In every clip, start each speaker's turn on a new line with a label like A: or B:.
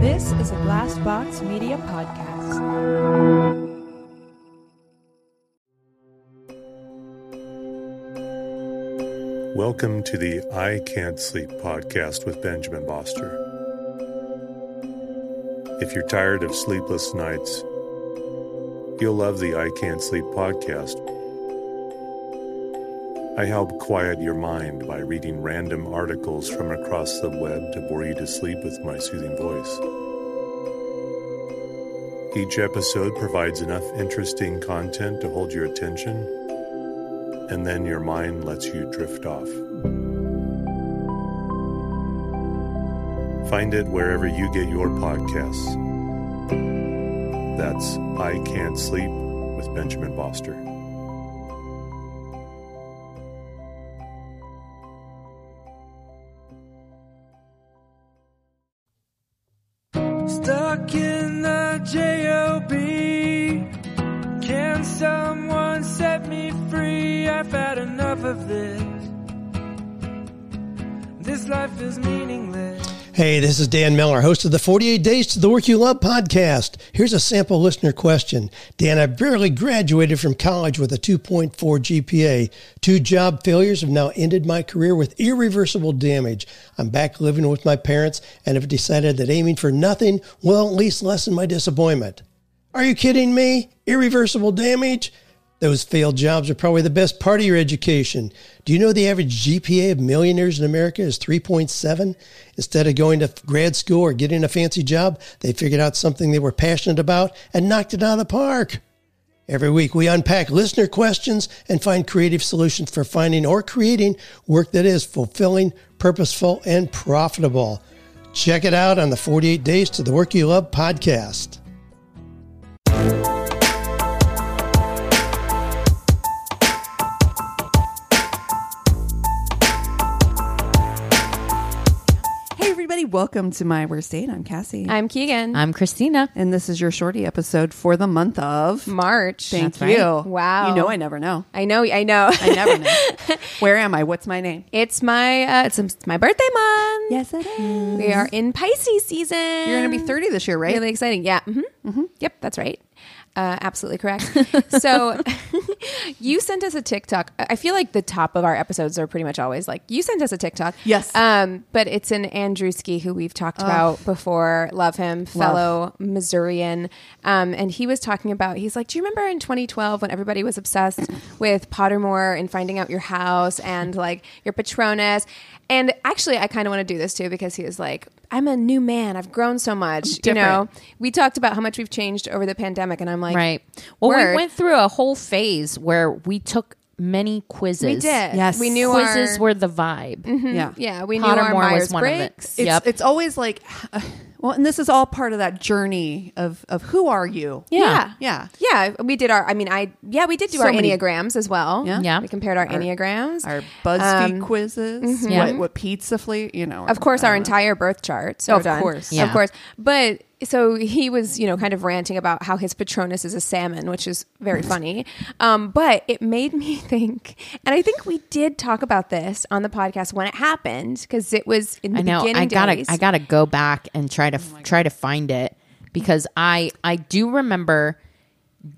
A: This is a Glass Box Media podcast.
B: Welcome to the I Can't Sleep podcast with Benjamin Boster. If you're tired of sleepless nights, you'll love the I Can't Sleep podcast. I help quiet your mind by reading random articles from across the web to bore you to sleep with my soothing voice. Each episode provides enough interesting content to hold your attention and then your mind lets you drift off. Find it wherever you get your podcasts. That's I Can't Sleep with Benjamin Boster.
C: Stuck in the J-O-B Can someone set me free? I've had enough of this This life is meaningless
D: Hey, this is Dan Miller, host of the 48 Days to the Work You Love podcast. Here's a sample listener question. Dan, I barely graduated from college with a 2.4 GPA. Two job failures have now ended my career with irreversible damage. I'm back living with my parents and have decided that aiming for nothing will at least lessen my disappointment. Are you kidding me? Irreversible damage? Those failed jobs are probably the best part of your education. Do you know the average GPA of millionaires in America is 3.7? Instead of going to grad school or getting a fancy job, they figured out something they were passionate about and knocked it out of the park. Every week, we unpack listener questions and find creative solutions for finding or creating work that is fulfilling, purposeful, and profitable. Check it out on the 48 Days to the Work You Love podcast.
A: Hey, everybody, welcome to My Worst Date. I'm Cassie.
E: I'm Keegan.
F: I'm Christina.
A: and this is your shorty episode for the month of
E: March.
A: Thank
F: That's right.
A: you.
E: Wow.
A: You know, I never know.
E: I know. I know.
A: I never know. Where am I? What's my name?
E: it's my uh, it's, it's my birthday month.
A: it is.
E: We are in Pisces season.
A: You're going to be 30 this year, right? Mm-hmm.
E: Really exciting. Yeah. hmm Yep. That's right. Uh, absolutely correct. so you sent us a TikTok. I feel like the top of our episodes are pretty much always like you sent us a TikTok.
A: Yes.
E: Um, but it's an Andrewski who we've talked about before. Love him, fellow Missourian. Um, and he was talking about he's like, do you remember in 2012 when everybody was obsessed with Pottermore and finding out your house and like your Patronus? And actually, I kind of want to do this too because he was like, I'm a new man. I've grown so much. You
A: different.
E: know, we talked about how much we've changed over the pandemic, and I'm like,
F: Right. Well,
E: word.
F: we went through a whole phase where we took many quizzes.
E: We did.
A: Yes.
E: we knew
F: Quizzes
E: our, Mm-hmm.
F: were the vibe.
A: Yeah.
E: Mm, Yeah, we knew our
F: Pottermore
E: Myers
F: was one of it.
E: Briggs.
A: It's,
F: Yep.
A: it's always like, well, and this is all part of that journey of, of who are you?
F: Yeah.
A: Yeah.
E: yeah, We did our. I mean, I yeah, we did do
A: So
E: our
A: many-
E: enneagrams as well.
A: Yeah.
F: Yeah.
E: we compared our, enneagrams,
A: Our BuzzFeed
E: Um,
A: quizzes,
F: Yeah.
A: what, what pizza flavor, you know.
E: Of course, our
A: entire.
E: entire birth charts.
A: uh, Of
E: were done.
A: course.
F: Yeah.
E: of course. But so he was, you know, kind of ranting about how his Patronus is a salmon, which is very funny. Um, but it made me think, and I think we did talk about this on the podcast when it happened because it was in the
F: I know.
E: beginning
F: I gotta.
E: days.
F: I gotta go back and try
A: Oh
F: to try to find it because I I do remember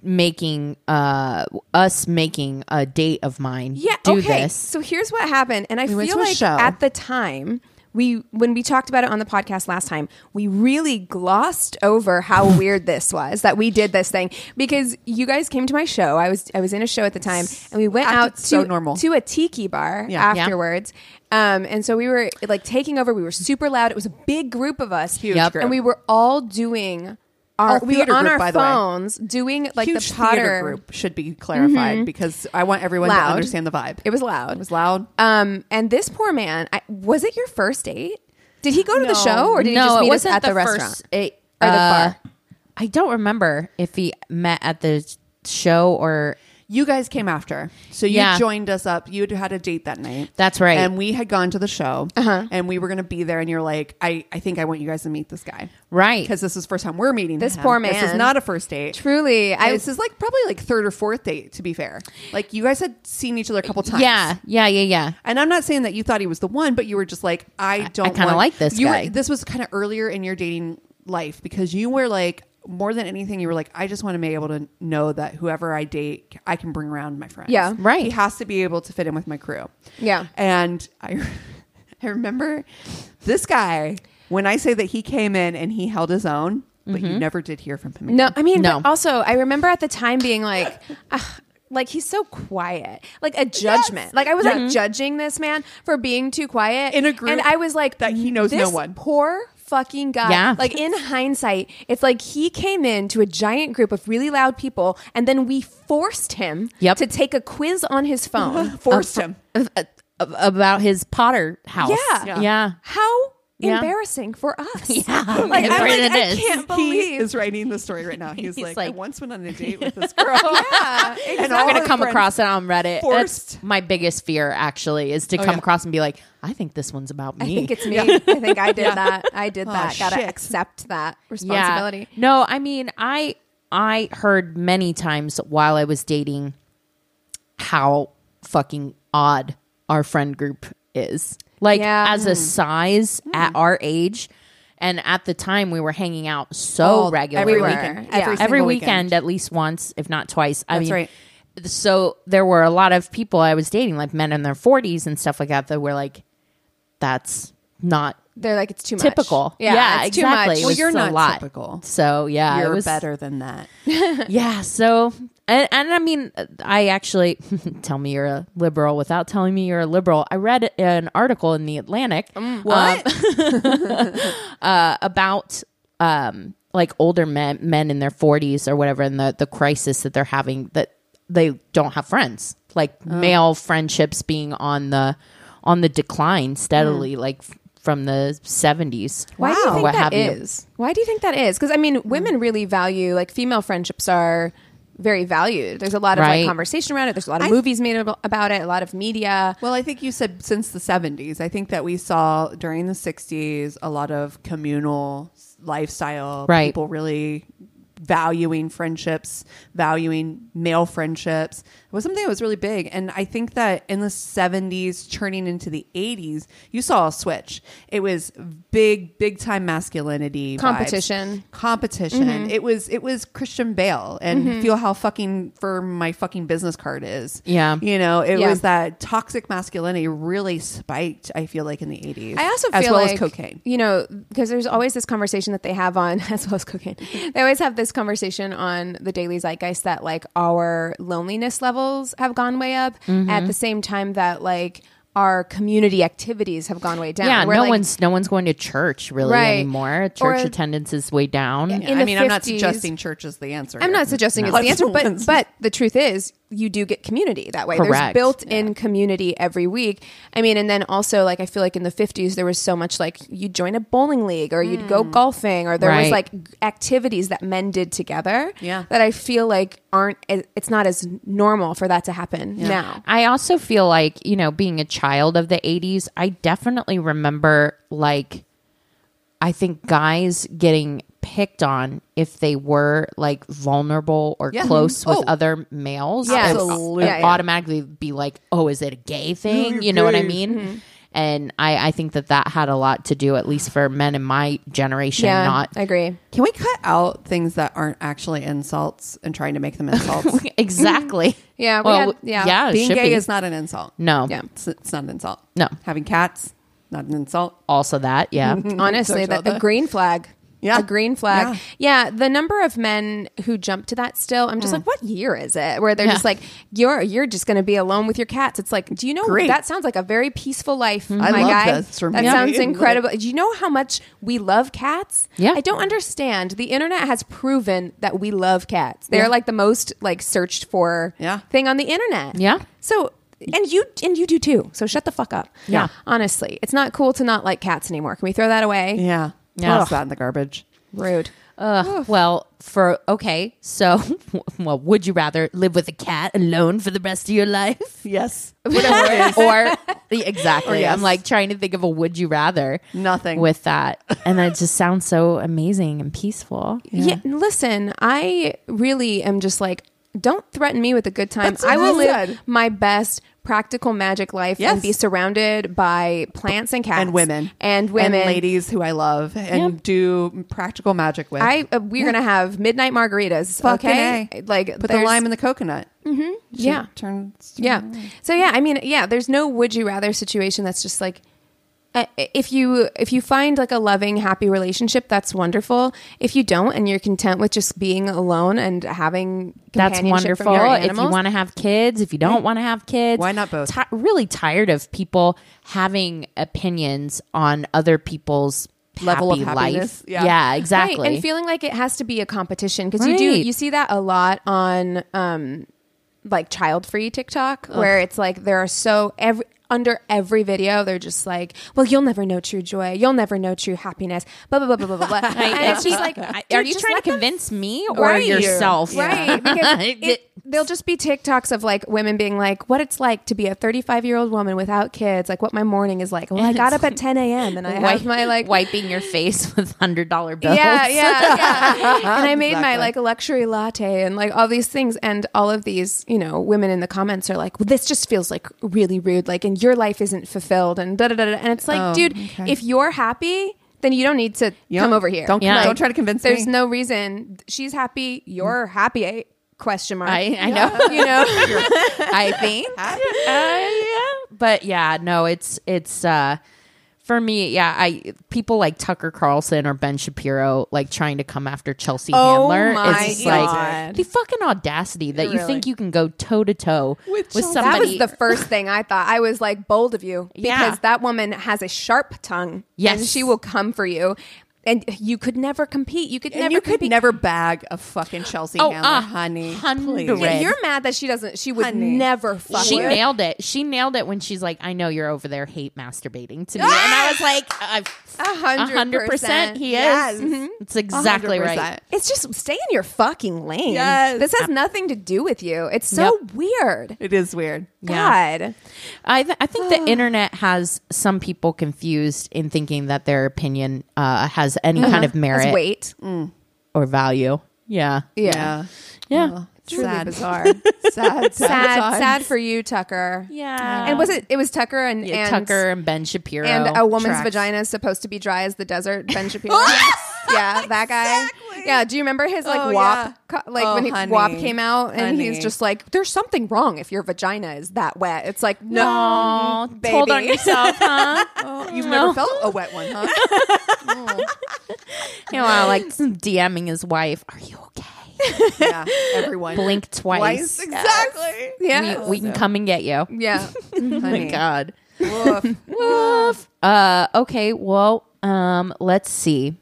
F: making uh us making a date of mine.
E: Yeah.
F: Do
E: okay.
F: this.
E: So here's what happened, and I
A: went
E: feel
A: to a
E: like
A: show.
E: at the time we when we talked about it on the podcast last time, we really glossed over how weird this was that we did this thing because you guys came to my show. I was I was in a show at the time, and we went
A: Acted
E: out to
A: so normal.
E: to a tiki bar
A: Yeah.
F: Yeah.
E: afterwards. Um, and so we were like taking over. We were super loud. It was a big group of us, huge
F: Yep. group.
E: and we were all doing. Our,
A: Our
E: we were
A: theater
E: on
A: group,
E: our
A: by the way.
E: phones doing like
A: huge
E: the Potter Mm-hmm.
A: theater group should be clarified because I want everyone to
E: Loud.
A: understand the vibe.
E: It was loud.
A: It was loud.
E: Um, and this poor man, I, was it your first date? Did he go to the
A: No.
E: show or did he just meet us at the, restaurant?
F: first- it-
E: Or the
F: uh,
E: bar?
F: I don't remember if he met at the show or
A: you guys came after, so you
F: Yeah.
A: joined us up. You had had a date that night.
F: That's right.
A: And we had gone to the show, and we were going to be there. And you're like, I, I think I want you guys to meet this guy,
F: right.
A: Because this is the first time we're meeting
E: This
A: him.
E: poor
A: This is
E: man.
A: not a first date.
E: Truly, I
A: this is like probably like third or fourth date. To be fair, like you guys had seen each other a couple times.
F: Yeah. Yeah. Yeah. Yeah.
A: And I'm not saying that you thought he was the one, but you were just like, I don't
F: kinda
A: want-
F: like this
A: you
F: guy.
A: Were, this was kind of earlier in your dating life because you were like more than anything you were like I just want to be able to know that whoever I date I can bring around my friends.
E: Yeah.
F: Right.
A: He has to be able to fit in with my crew.
E: Yeah.
A: And I I remember this guy when I say that he came in and he held his own but you never did hear from him. again.
E: No, I mean,
F: No.
E: but also, I remember at the time being like, ah, like he's so quiet, like a judgment. Like I was like judging this man for being too quiet
A: Mm-hmm. In a group
E: and I was like
A: that he knows no
E: this
A: one.
E: Poor fucking guy.
F: Yeah.
E: Like in hindsight, it's like he came into a giant group of really loud people, and then we forced him
F: Yep.
E: to take a quiz on his phone.
A: Forced him.
F: A- a- about his Potter house.
E: Yeah.
F: yeah.
E: Yeah. How
F: Yeah.
E: embarrassing for us.
F: Like,
E: I'm
F: right,
E: like,
F: it
E: I
F: is.
E: can't
A: He
E: believe
A: is writing the story right now. He's,
F: He's
A: like, I
F: like-
A: once went on a date with this girl. yeah,
F: And I'm going to come across it on Reddit. That's
A: forced-
F: my biggest fear, actually, is to come across and be like, I think this one's about me.
E: I think it's me. I think I did that. I
F: Oh,
E: did that. Gotta
A: shit.
E: accept that responsibility.
F: Yeah. No, I mean, I I heard many times while I was dating how fucking odd our friend group is. Like
E: Yeah.
F: as a size
A: Hmm.
F: at our age and at the time we were hanging out so
A: Oh,
F: regularly
A: every
E: weekend. Yeah. Every
F: every
A: single
F: weekend,
A: weekend.
F: at least once if not twice i
A: That's
F: mean
A: right.
F: so there were a lot of people i was dating like men in their 40s and stuff like that that were like that's not
E: They're like it's too much.
F: typical.
E: Yeah, it's
F: exactly.
E: too
F: It
E: much.
A: Well,
F: was
A: you're
F: a
A: not
F: lot.
A: typical.
F: So yeah, it
A: You're
F: was,
A: better than that.
F: Yeah. So and, and I mean, I actually tell me you're a liberal without telling me you're a liberal. I read an article in the Atlantic
E: Mm,
F: um, uh, about um like older men men in their 40s or whatever and the the crisis that they're having that they don't have friends like
E: Oh.
F: male friendships being on the on the decline steadily like f- from the 70s
E: Mm. Why do you think
F: what
E: that
F: have you. Hmm.
E: is? Why do you think that is? Because I mean, women really value like female friendships are very valued. There's a lot of
F: Right.
E: like conversation around it. There's a lot of movies made ab- about it. A lot of media.
A: Well, I think you said since the 70s. I think that we saw during the 60s a lot of communal s- lifestyle,
F: Right.
A: people really valuing friendships, valuing male friendships. It was something that was really big. And I think that in the 70s, turning into the 80s, you saw a switch. It was big, big time masculinity, vibes.
E: Competition.
A: competition.
F: Mm-hmm.
A: It was it was Christian Bale and feel how fucking firm my fucking business card is.
F: Yeah.
A: you know it
E: Yeah.
A: was that toxic masculinity really spiked. I feel like in the eighties.
E: I also feel
A: as well
E: like,
A: as cocaine.
E: You know, because there's always this conversation that they have on as well as cocaine. They always have this conversation on the Daily Zeitgeist that like our loneliness levels have gone way up
A: Mm-hmm.
E: at the same time that like our community activities have gone way down.
F: Yeah,
E: We're,
F: no
E: like,
F: one's no one's going to church really
E: Right.
F: anymore.
E: Or-
F: Church attendance is way down.
E: Yeah.
A: I
E: in the
A: mean, I'm not
E: 50s.
A: suggesting church is the answer.
E: I'm
A: here.
E: not suggesting it's the answer, but but the truth is, you do get community that way. There's
F: Correct.
E: built-in community every week. I mean, and then also like I feel like in the 50s there was so much like you'd join a bowling league or you'd go golfing or there was
F: Right.
E: like activities that men did together.
A: Yeah.
E: that I feel like aren't it's not as normal for that to happen now.
F: I also feel like, you know, being a child of the 80s, I definitely remember like I think guys getting picked on if they were like vulnerable or
A: Yeah.
F: close
A: Mhm.
F: with
A: Oh.
F: other males.
E: Yes.
F: It would-
E: Absolutely.
F: it
E: Yeah,
F: would
E: yeah.
F: automatically be like, "Oh, is it a gay thing?" You know what I mean?
E: Mm-hmm.
F: And I, I think that that had a lot to do, at least for men in my generation,
E: Yeah,
F: not
E: I agree.
A: Can we cut out things that aren't actually insults and trying to make them insults?
F: exactly.
E: Yeah, we
F: well,
E: had- yeah.
F: yeah. it
A: Being
F: should
A: gay
F: be.
A: is not an insult.
F: no.
E: Yeah.
A: It's, it's not an insult.
F: No.
A: having cats not an insult.
F: Also that. Yeah.
E: Mm-hmm. Honestly,
A: Social
E: that a
A: other.
E: green flag.
A: Yeah.
E: A green flag. Yeah. The number of men who jump to that still, I'm just like, what year is it? Where they're
F: Yeah.
E: just like, you're you're just gonna be alone with your cats. It's like, do you know
A: Great.
E: that sounds like a very peaceful life,
A: I
E: my
A: love
E: guy?
A: this for
E: that
A: me.
E: sounds
A: Yeah.
E: incredible. Do you know how much we love cats?
F: Yeah.
E: I don't understand. The internet has proven that we love cats. They're like the most like searched for
A: Yeah.
E: thing on the internet.
F: Yeah.
E: So and you and you do too. So shut the fuck up.
F: Yeah.
E: Honestly, it's not cool to not like cats anymore. Can we throw that away?
A: Yeah,
F: Yeah.
A: toss that in the garbage.
E: Rude.
F: Ugh, well, for okay, so well, would you rather live with a cat alone for the rest of your life,
A: Yes,
F: or exactly?
A: yes.
F: I'm like trying to think of a would you rather.
A: Nothing.
F: with that, and that just sounds so amazing and peaceful.
E: Yeah. listen, I really am just like, don't threaten me with a good time.
A: That's what
E: I will
A: I
E: live
A: said.
E: my best practical magic life
A: Yes.
E: and be surrounded by plants and cats
A: and women
E: and women.
A: ladies who I love and
F: Yep.
A: do practical magic with.
E: I uh, we're gonna have midnight margaritas.
A: Fucking
E: okay,
A: A.
E: like
A: put the
E: there's-
A: lime in the coconut.
E: Yeah,
A: Turns
E: yeah. So yeah, I mean, yeah. There's no would you rather situation. That's just like uh, if you if you find like a loving, happy relationship, that's wonderful. If you don't, and you're content with just being alone and having
F: That's
E: companionship
F: wonderful.
E: From your
F: If you
E: animals,
F: want to have kids, if you don't want to have kids,
A: Why not both?
F: Ti- really tired of people having opinions on other people's
A: Level of
F: happy
A: happiness.
F: life.
A: Yeah.
F: Yeah,
E: Right,
F: exactly.
E: and feeling like it has to be a competition because you do
F: Right.
E: you see that a lot on um like child free TikTok where it's like there are so every under every video they're just like well you'll never know true joy you'll never know true happiness blah blah blah blah blah blah and it's just like
F: I-
E: dude,
F: are you
E: just
F: trying to
E: let them
F: convince me or
E: Right.
F: yourself?
E: Right. Because it, they'll just be TikToks of like women being like, what it's like to be a 35 year old woman without kids, like what my morning is like. Well, I got up at 10 a.m. and I have my like.
F: wiping your face with hundred dollar bills.
E: Yeah, yeah, yeah. and I made my
A: Exactly.
E: like luxury latte and like all these things. And all of these, you know, women in the comments are like, well, this just feels like really rude. Like, and your life isn't fulfilled and da da da. da. And it's like,
A: Oh,
E: dude, if you're happy, then you don't need to
A: Yeah.
E: come over here.
A: Don't-
F: Yeah.
E: Like,
A: don't try to convince
E: There's
A: me.
E: no reason. She's happy. You're happy. eh? Question mark.
F: I, I know.
E: you know
F: I think. Uh, yeah. But yeah, no, it's it's uh for me, yeah, I people like Tucker Carlson or Ben Shapiro like trying to come after Chelsea
E: Oh
F: Handler.
E: my
F: it's just
E: God.
F: like the fucking audacity that you
E: Really?
F: think you can go toe to toe with
A: Chelsea.
E: Oh, that was
F: somebody.
E: the first thing i thought i was like bold of you because
F: Yeah.
E: that woman has a sharp tongue
F: Yes.
E: and she will come for you and you could never compete you could
A: And
E: never
A: you could
E: compete
A: never bag a fucking Chelsea
F: Oh,
A: Handler,
F: uh,
A: honey.
F: hundred.
A: Please.
E: Yeah,
F: Red.
E: you're mad that she doesn't she would
A: Honey.
E: never fuck
F: she
E: with.
F: nailed it. She nailed it when she's like, "I know you're over there hate masturbating to me," and I was like,
E: A
F: "A
E: hundred
F: hundred percent, he is.
A: Yes.
F: Mhm. It's exactly right."
A: 100%.
E: it's just stay in your fucking lane
A: Yes.
E: this has nothing to do with you it's so weird
A: It is weird.
E: god
F: I, th- I think the internet has some people confused in thinking that their opinion uh, has any kind of merit
E: Just wait
F: or value. Yeah.
A: Mm, Yeah.
F: Yeah.
E: truly
A: Sad.
E: bizarre
A: Sad,
E: sad
A: sad, sad.
E: sad for you tucker
F: Yeah.
E: and was it it was tucker and,
F: Yeah,
E: and
F: Tucker and Ben Shapiro.
E: and a woman's
A: Oh, tracks.
E: vagina is supposed to be dry as the desert. Ben Shapiro. Yeah, that guy. Yeah, do you remember his like
A: Oh,
E: WAP?
A: yeah.
E: co- like
A: Oh,
E: when he,
A: honey.
E: WAP came out, and
A: Honey.
E: he's just like, "There's something wrong if your vagina is that wet." It's like, no,
F: Aw,
E: baby.
F: told on yourself, huh?
A: You've never felt a wet one, huh?
F: you know, I like DMing his wife. Are you okay?
A: yeah. Everyone.
F: Blink twice.
A: Twice. Exactly.
E: yeah,
F: We, we can come and get you. Oh
E: yeah.
F: my God.
A: Woof.
F: Woof. Uh, okay. Well, um, let's see.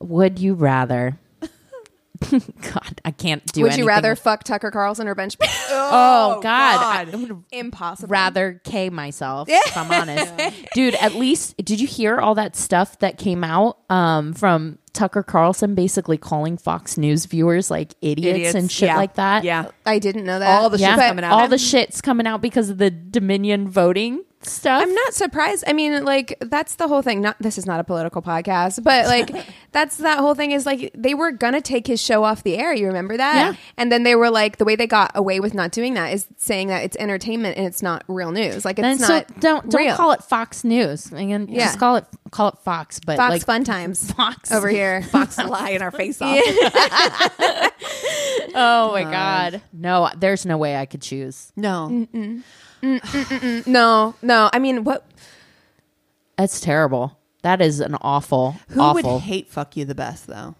F: Would you rather? God, I can't do.
E: Would you
F: anything
E: rather
F: with-
E: fuck Tucker Carlson or Ben Shapiro?
F: oh, God, I would
E: Impossible.
F: rather K myself. if I'm honest, dude. At least did you hear all that stuff that came out um, from Tucker Carlson, basically calling Fox News viewers like idiots, and shit
A: Yeah.
F: like that.
A: Yeah.
E: I didn't know that.
A: All the shit's
F: yeah.
A: coming out.
F: All the shit's coming out because of the Dominion voting stuff.
E: I'm not surprised. I mean, like that's the whole thing. Not this is not a political podcast, but like that's that whole thing is like they were gonna take his show off the air. You remember that?
F: Yeah.
E: And then they were like, the way they got away with not doing that is saying that it's entertainment and it's not real news. Like it's
F: And so
E: not.
F: don't don't
E: real.
F: call it Fox News. I mean,
E: Yeah.
F: just call it call it Fox, but
E: Fox
F: like
E: Fun Times
F: Fox
E: over here.
A: Fox lie in our face off.
F: Oh my god, no! There's no way I could choose.
A: No.
E: no, no. I mean, what?
F: That's terrible. That is an awful,
A: Who
F: awful.
A: would hate fuck you the best though?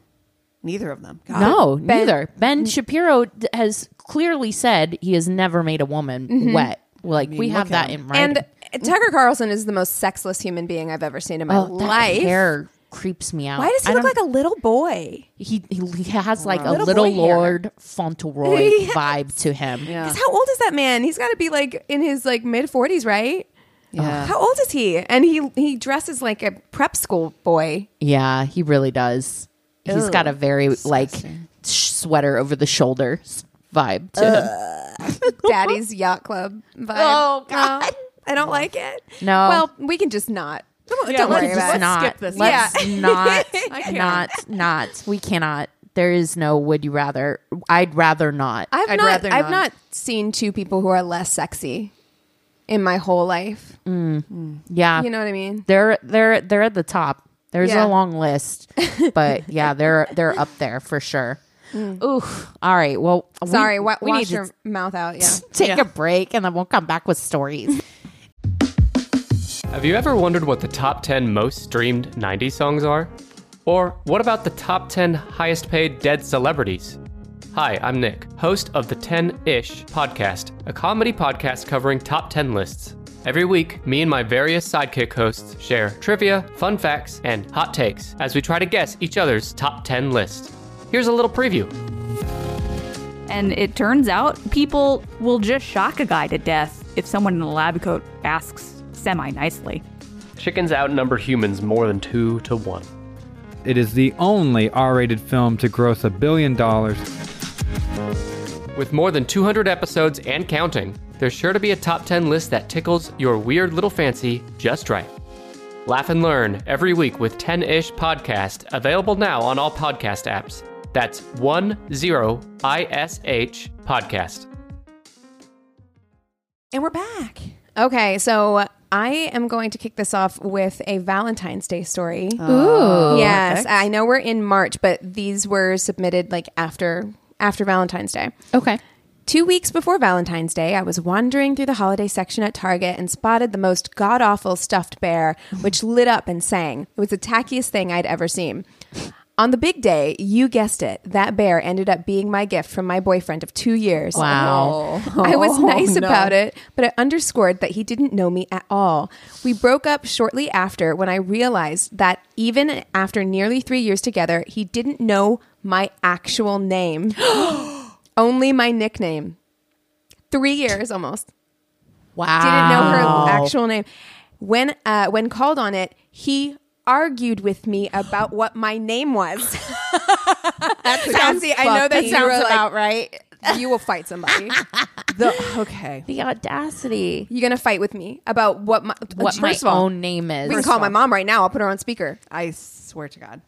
A: Neither of them. God.
F: no,
E: Ben-
F: neither. Ben Shapiro d- has clearly said he has never made a woman wet. Like we have that in writing.
E: Mm-hmm. And Tucker Carlson is the most sexless human being I've ever seen in my
F: Oh, that
E: life.
F: hair creeps me out.
E: Why does he
F: I
E: look
F: don't-
E: like a little boy?
F: he? He he has like a
E: Little
F: little
E: boy hair.
F: Lord Fauntleroy
E: Yes.
F: vibe to him.
A: Yeah.
E: Because how old is that man? He's got to be like in his like mid forties, right?
A: Yeah.
E: How old is he? And he he dresses like a prep school boy.
F: Yeah, he really does. He's got a very like sh- sweater over the shoulder s- vibe to him.
E: Daddy's yacht club vibe.
F: Oh, God.
E: No, I don't like it.
F: No.
E: Well, we can just not. Don't, don't
A: let's
E: worry
A: just
E: about it.
A: not.
F: Not,
A: skip this.
F: Let's not,
A: can't.
F: not, not. We cannot. There is no would you rather. I'd rather not.
E: I've
A: I'd
E: not,
A: rather
E: I've not
A: not.
E: seen two people who are less sexy in my whole life.
F: yeah.
E: You know what I mean?
F: they're they're they're at the top. There's
E: Yeah.
F: a long list, but yeah, they're they're up there for sure. Oof. All right. Well, we-
E: Mm. Sorry, wa-
F: we
E: wash
F: need
E: your
F: to
E: mouth out. Yeah.
F: take a break, and then we'll come back with stories.
G: Have you ever wondered what the top 10 most streamed 90s songs are? Or what about the top 10 highest paid dead celebrities? Hi, I'm Nick, host of the 10 ish podcast, a comedy podcast covering top 10 lists. Every week, me and my various sidekick hosts share trivia, fun facts, and hot takes as we try to guess each other's top 10 list. Here's a little preview.
H: And it turns out people will just shock a guy to death if someone in a lab coat asks semi nicely.
G: Chickens outnumber humans more than two to one.
I: It is the only R rated film to gross a billion dollars.
G: With more than 200 episodes and counting, there's sure to be a top 10 list that tickles your weird little fancy just right. Laugh and learn every week with 10 ish podcast, available now on all podcast apps. That's 10ISH podcast.
A: And we're back.
E: Okay, so I am going to kick this off with a Valentine's Day story.
A: Ooh.
E: yes, I know we're in March, but these were submitted like after after Valentine's Day.
F: Okay.
E: Two weeks before Valentine's Day, I was wandering through the holiday section at Target and spotted the most god awful stuffed bear, which lit up and sang. It was the tackiest thing I'd ever seen. On the big day, you guessed it, that bear ended up being my gift from my boyfriend of two years.
F: Wow.
E: I was
F: Oh,
E: nice
A: no.
E: about it, but it underscored that he didn't know me at all. We broke up shortly after when I realized that even after nearly three years together, he didn't know my actual name, only my nickname. Three years almost.
F: Wow.
E: Didn't know her actual name. When uh, when called on it, he argued with me about what my name was. That's Cassie, I know that
F: fucking-
E: you
F: Sounds
E: were like,
F: about
E: right. You will fight somebody.
A: The, okay.
F: the audacity.
E: You're gonna fight with me about what my
F: What
E: first
F: my
E: of all,
F: own name is.
E: we can call my mom right now. I'll put her on speaker.
A: I swear to God,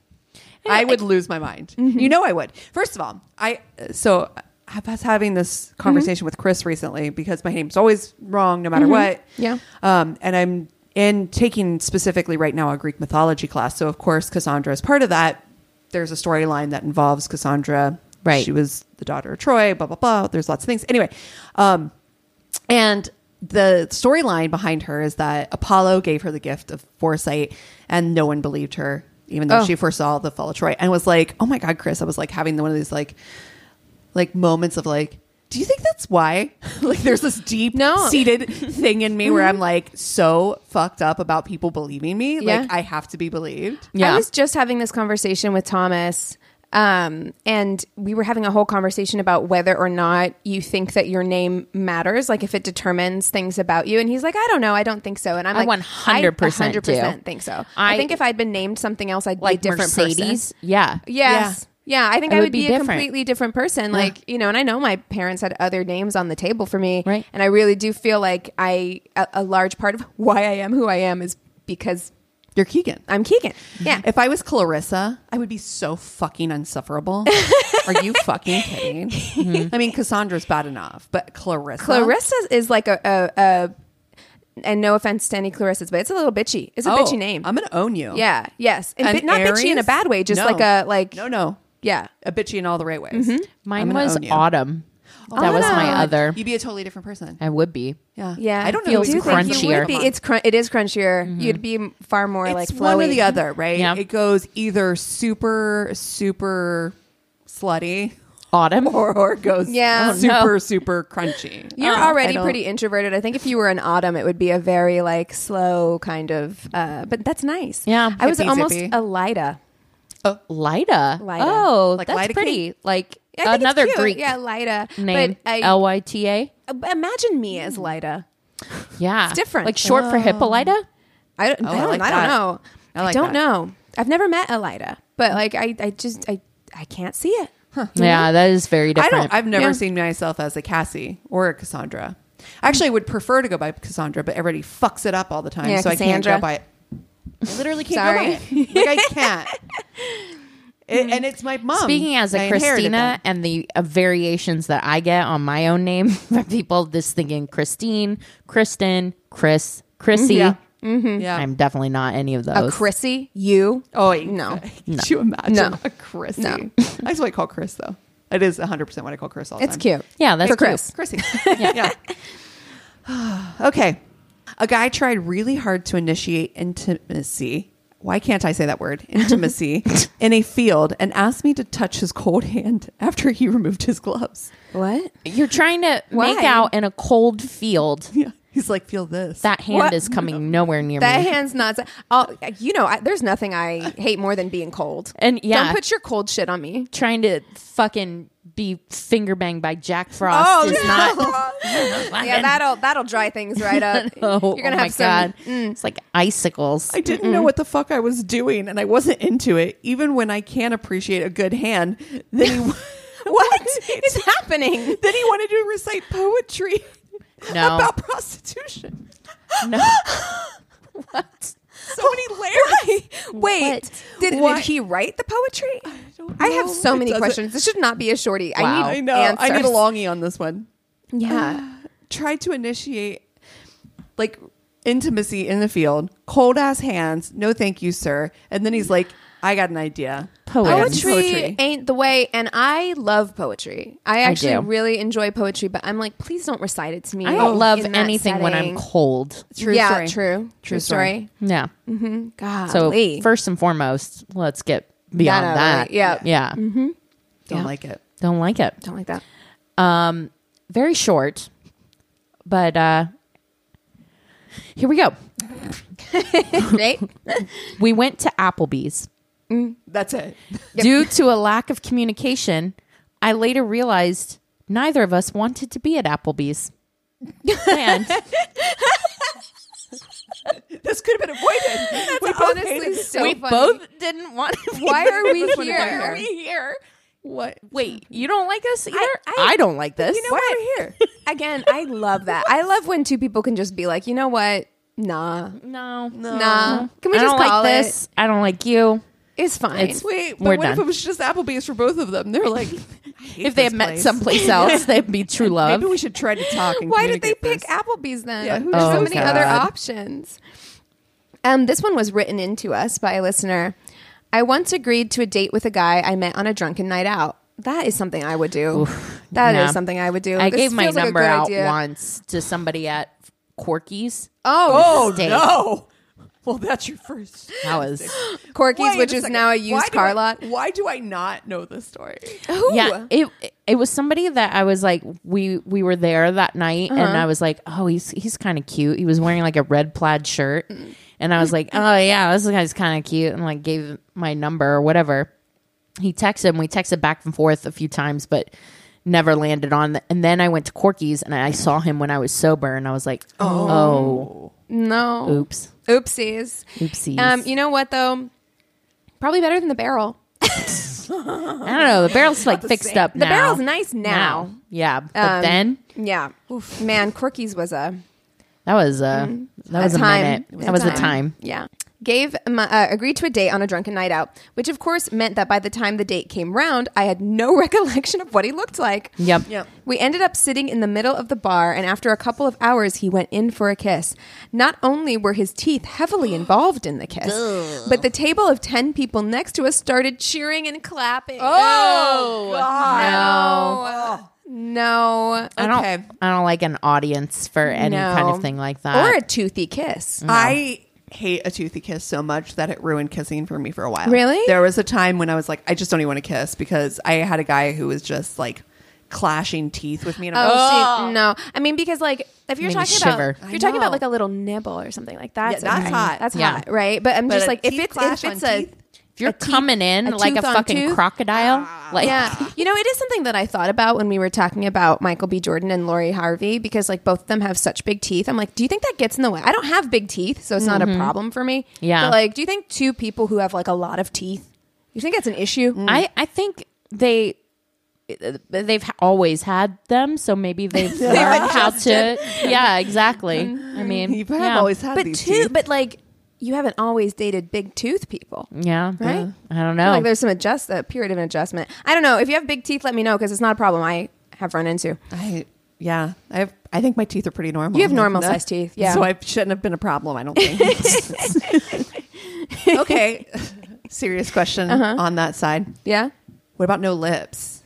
A: I would lose my mind. You know, I would. First of all, I so I was having this conversation with Chris recently because my name's always wrong no matter what.
E: Yeah.
A: um, and I'm in taking specifically right now a Greek mythology class. So of course, Cassandra is part of that. There's a storyline that involves Cassandra.
F: Right.
A: she was the daughter of Troy. Blah blah blah. There's lots of things. Anyway, um, and the storyline behind her is that Apollo gave her the gift of foresight and no one believed her, even though
E: Oh.
A: she foresaw the fall of Troy and was like, oh my God, Chris, I was like having one of these like, like moments of like, do you think that's why? like there's this deep
E: No. Mm-hmm.
A: seated thing in me where I'm like so fucked up about people believing me.
E: Yeah.
A: Like I have to be believed.
F: Yeah.
E: I was just having this conversation with Thomas, um, and we were having a whole conversation about whether or not you think that your name matters, like if it determines things about you. And he's like, I don't know, I don't think so. And I'm
F: I
E: like,
F: 100% do.
E: 100% think so. I,
F: I-
E: think if I'd been named something else, I'd
F: Like
E: be a different person.
F: Mercedes. Yeah.
E: Yes. Yeah. I think
F: It
E: I
F: would
E: would,
F: be
E: be, a
F: different.
E: completely different person. Like, you know, and I know my parents had other names on the table for me.
F: Right.
E: And I really do feel like I, a, a large part of why I am who I am is because
A: You're Keegan.
E: I'm Keegan. Yeah.
A: If I was Clarissa, I would be so fucking insufferable. Are you fucking kidding?
E: Mhm.
A: I mean, Cassandra's bad enough, but Clarissa.
E: Clarissa is like a, a, a, and no offense to any Clarissas, but it's a little bitchy. It's a bitchy name.
A: Oh, I'm gonna own you.
E: yeah. Yes. And,
A: And
E: bi- not bitchy in a
A: Aries?
E: bad way, just
A: No.
E: like a, like, Mm-hmm.
A: No, no,
E: yeah.
A: a bitchy in all the right ways. Oh,
F: Mine
A: I'm gonna
F: was
A: own you.
F: Autumn. That was my other.
A: You'd be a totally different person.
F: I would be.
A: Yeah,
E: Yeah.
A: I don't know.
F: Feels
A: who
E: do
A: you
E: think
A: would
E: you would
F: crunchier.
E: be. It's crun- it is crunchier. You'd be far more like
A: Mm-hmm. it's
E: flowy.
A: one or the other, right?
F: Yeah.
A: It goes either super, super slutty,
F: Autumn.
A: or, or it goes
E: Yeah.
A: super, super crunchy.
E: You're
A: Oh, I
E: already
A: don't-
E: pretty introverted. I think if you were an autumn, it would be a very like slow kind of. Uh, but that's nice.
F: Yeah.
E: I was
A: Hippy
E: almost
A: zippy.
E: a Lida. Lida.
F: Lida. Oh,
A: Like
F: that's
A: Lida
F: pretty. Like
E: I think it's
F: another
E: cute.
F: Greek
E: Yeah, Lida.
F: name. Oh.
E: But I, uh,
F: L Y T A.
E: imagine me as Lida.
F: Yeah.
E: It's different.
F: Like short for Hippolyta?
E: I don't.
A: Oh,
E: I
A: I
E: don't,
A: like
E: I don't
A: that.
E: know.
A: I like
E: don't
A: that.
E: know. I've never met a Lida, but like I, I just I, I can't see it.
F: Yeah, that is very
A: I
F: different.
A: don't. I've never
E: Yeah.
A: seen myself as a Cassie or a Cassandra. Actually, I would prefer to go by Cassandra, but everybody fucks it up all the time,
E: Yeah,
A: so I can't
E: Cassandra.
A: go by. I literally can't go by it. Like I can't. It, and it's my mom.
F: Speaking as a
A: um, I inherited
F: Christina
A: that.
F: and the uh, variations that I get on my own name from people, this thinking Christine, Kristen, Chris, Chrissy.
A: Yeah.
E: Mm-hmm.
A: Yeah.
F: I'm definitely not any of
E: A
F: those.
E: Chrissy, you?
A: oh, wait.
E: No.
A: Could you imagine
E: No.
A: a Chrissy?
E: No.
A: That's what I call Chris, though. It is 100% what I call Chris all the
E: It's
A: time.
E: cute.
F: Yeah, that's
E: For Chris.
A: Chrissy. yeah. okay. A guy tried really hard to initiate intimacy. Why can't I say that word? Intimacy in a field and asked me to touch his cold hand after he removed his gloves.
E: What?
F: You're trying to
E: Why?
F: make out in a cold field.
A: Yeah. He's like, feel this.
F: That hand
E: What?
F: is coming nowhere near
E: That
F: me.
E: hand's not. Oh, you know, I, there's nothing I hate more than being cold.
F: And, yeah.
E: don't put your cold shit on me.
F: trying to fucking be finger banged by
E: Oh,
F: Jack Frost is not.
E: yeah, that'll that'll dry things right up.
F: Oh,
E: You're gonna have
F: oh my
E: some. mm.
F: God. It's like icicles.
A: I didn't know what the fuck I was doing and I wasn't into it, even when I can appreciate a good hand. Then he,
E: What is happening?
A: then he wanted to recite poetry
F: No.
A: about prostitution.
F: no.
A: So many layers.
E: Wait, did, did
A: Why?
E: he write the poetry?
A: don't
E: I have
A: know.
E: so
A: It
E: many
A: doesn't-
E: questions. This should not be a shorty.
F: Wow.
E: I need
A: I know. I
E: answers. Mm.
A: need a longy on this one.
E: Yeah.
A: tried to initiate like intimacy in the field, cold ass hands, no thank you, sir. And then he's like, I got an idea.
F: Poems.
E: Poetry,
A: Poetry.
E: ain't the way, and I love poetry. I actually
F: do.
E: really enjoy poetry, but I'm like, please don't recite it to me.
F: I don't love
E: Oh, in that
F: anything when
E: setting.
F: I'm cold.
A: True
E: yeah,
A: story.
E: true, true,
A: story.
E: story.
F: Yeah.
E: God,
F: So first and foremost, let's get beyond
E: out of
F: that.
E: the way. Yeah.
F: Yeah.
A: Don't
E: Yeah.
A: like it.
F: Don't like it.
E: don't like that.
F: Um, very short, but uh, here we go.
E: Right?
F: We went to Applebee's.
A: That's it.
F: Due to a lack of communication, I later realized neither of us wanted to be at Applebee's. And
A: This could have been avoided. we both
E: Honestly,
A: hated it.
E: so
F: we
E: funny.
F: both didn't want to be
E: Why are we here?
F: there. Why are we here?
A: What?
F: Wait, you don't like us either? I,
E: I-
F: don't like this.
E: You know what? Again, I love that. I love when two people can just be like, you know what? Nah,
F: No. No.
E: nah. Can we
F: I
E: just
F: don't
E: call
F: like this. I don't like you.
E: It? It's fine.
F: It's-
A: Wait, but
F: We're
A: what if
F: done.
A: it was just Applebee's for both of them? They're like, I hate
F: If they
A: this
F: had met
A: place.
F: someplace else, they'd be true love.
A: maybe we should try to talk. And
E: Why did they
A: communicate
E: pick
A: this.
E: Applebee's then?
A: Yeah, who
E: There's so
F: knows?
E: many
F: Oh,
E: other
F: God.
E: options. Um, this one was written into us by a listener. I once agreed to a date with a guy I met on a drunken night out. That is something I would do. That is
F: nah.
E: something I would do.
F: I
E: This
F: gave my
E: feels like a
F: number
E: good
F: out
E: idea.
F: once to somebody at Corky's.
E: Oh,
A: Oh
F: Date.
A: no! Well, that's your first.
F: That was
E: Corky's,
A: Wait
E: which
A: a
E: is
A: second.
E: now a
A: Why
E: used
A: do
E: car
A: I-
E: lot.
A: Why do I not know this story?
E: Who?
F: yeah. It it was somebody that I was like we we were there that night
E: Uh-huh.
F: and I was like oh he's he's kind of cute. He was wearing like a red plaid shirt and I was like oh yeah this guy's kind of cute and like gave my number or whatever. He texted him. We texted back and forth a few times, but never landed on. The, and then I went to Corky's and I saw him when I was sober and I was like oh,
E: No.
F: oops
E: Oopsies.
F: oopsies.
E: Um, you know what though? Probably better than the barrel.
F: I don't know. The barrel's like fixed up.
E: The
F: now.
E: barrel's nice now.
F: Yeah, but
E: Um,
F: then
E: Yeah. Man, Corky's was a
F: that was uh, that was a,
E: Mm-hmm. time.
F: minute. That was the time.
E: Yeah. Gave my, uh, agreed to a date on a drunken night out, which of course meant that by the time the date came round, I had no recollection of what he looked like.
F: Yep.
A: Yep.
E: We ended up sitting in the middle of the bar, and after a couple of hours, he went in for a kiss. Not only were his teeth heavily involved in the kiss, but the table of 10 people next to us started cheering and clapping. Oh, God. No.
F: I
E: No.
F: don't.
A: Okay.
F: I don't like an audience for any
E: No.
F: kind of thing like that.
E: Or a toothy kiss.
A: I hate a toothy kiss so much that it ruined kissing for me for a while.
E: Really?
A: There was a time when I was like, I just don't even want to kiss because I had a guy who was just like clashing teeth with me. And I was like,
E: Oh, see, no. I mean, because like if you're
F: Made me
E: talking about
F: shiver.
E: if
A: I
E: you're talking
A: know.
E: about like a little nibble or something like that,
A: Yeah, that's hot.
E: That's
F: Yeah.
E: hot, right? But I'm
A: But
E: just
A: a
E: like if
A: teeth
E: it's
A: clash
E: if it's
A: on
E: a
A: teeth?
F: if you're
E: a teeth-
F: coming in
E: a
F: like a
E: tooth on
F: fucking
E: tooth? Ah.
F: crocodile, like
E: yeah, you know, it is something that I thought about when we were talking about Michael B. Jordan and Lori Harvey because like both of them have such big teeth. I'm like, do you think that gets in the way? I don't have big teeth, so it's not a problem for me.
F: Mm-hmm. Yeah.
E: but like, do you think two people who have like a lot of teeth, you think that's an issue?
F: I I think they they've ha- always had them, so maybe they've learned how to. Yeah, exactly. I mean,
A: you have
E: Mm-hmm.
F: yeah.
A: always had
E: but
A: these
E: two,
A: teeth.
E: but like you haven't always dated big tooth people.
F: Yeah.
E: Right? I
F: I don't
E: feel
F: know.
E: Like there's some adjust a period of an adjustment. I don't know. If you have big teeth, let me know because it's not a problem I have run into.
A: I yeah, I have, I think my teeth are pretty normal.
E: You have normal sized teeth, yeah.
A: So I shouldn't have been a problem. I don't think. okay, serious question
E: Uh-huh.
A: on that side.
E: Yeah.
A: What about no lips?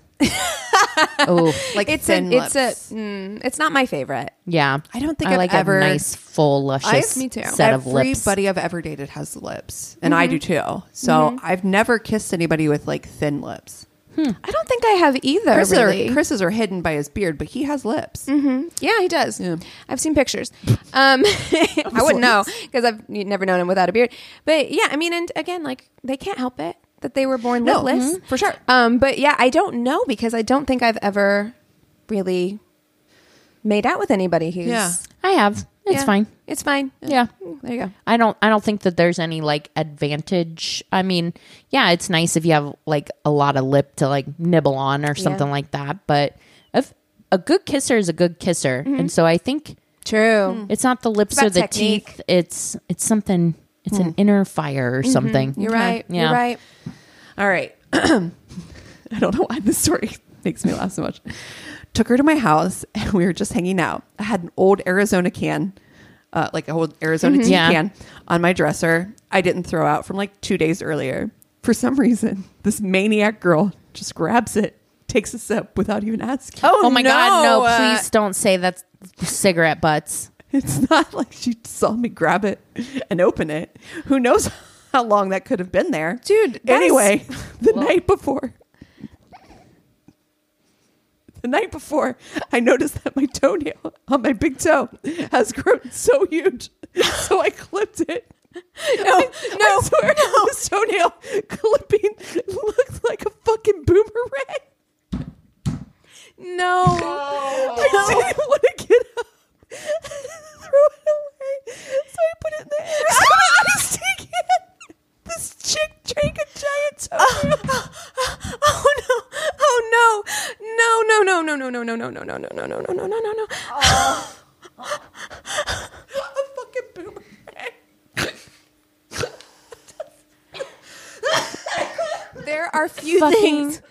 F: oh,
A: Like
E: It's
A: thin
E: a it's
A: lips.
E: a mm, it's not my favorite.
F: yeah.
A: I don't think
F: I
A: I've
F: like
A: ever-
F: a nice, full, luscious
E: I've- me too.
F: set of lips. Mm-hmm.
A: Everybody I've ever dated has lips, and I do too. So I've never kissed anybody with like thin lips.
E: I don't think I have
F: Oh,
E: either.
A: Chris's,
E: really.
A: are, Chris's are hidden by his beard, but he has lips.
F: Mm.
E: Yeah, he does. I've seen pictures. Um, I wouldn't know because I've never known him without a beard. But yeah, I mean, and again, like they can't help it that they were born
A: No,
E: lipless
A: mhm, for sure.
E: Um, but yeah, I don't know because I don't think I've ever really made out with anybody who's.
A: Yeah.
F: I have. It's
E: Yeah,
F: fine.
E: It's fine.
F: Yeah.
E: Mm, There you go.
F: I don't I don't think that there's any like advantage. I mean, yeah, it's nice if you have like a lot of lip to like nibble on or something like that, but if a good kisser is a good kisser. And so I think
E: True.
A: Mm.
F: it's not the lips
E: Mm-hmm. about
F: or the
E: technique. Mm.
F: teeth, it's it's something it's an inner fire or something.
E: Mm-hmm. You're right.
F: Yeah.
E: You're right.
A: All right. I don't know why this story makes me laugh so much. Took her to my house and we were just hanging out. I had an old Arizona can, uh, like a old Arizona tea
F: Mm-hmm. Yeah.
A: can on my dresser. I didn't throw out from like two days earlier. For some reason, this maniac girl just grabs it, takes a sip without even asking.
F: Oh, my god,
A: no,
F: no,
A: uh,
F: please don't say that's cigarette butts.
A: It's not like she saw me grab it and open it. Who knows how long that could have been there.
E: Dude, that is-
A: Anyway, the night before. The night before, I noticed that my toenail on my big toe has grown so huge. So I clipped it. No, no, swear, This toenail clipping looked like a fucking boomerang.
E: No.
A: I didn't want to get up, throw it away, so I put it in the air. So I was taking it. This chick drank a giant soda.
E: Oh no! Oh no! No! No! No! No! No! No! No! No! No! No! No! No! No! No! No! No! No!
A: a fucking boomerang.
E: There are few
F: Fucking
E: things.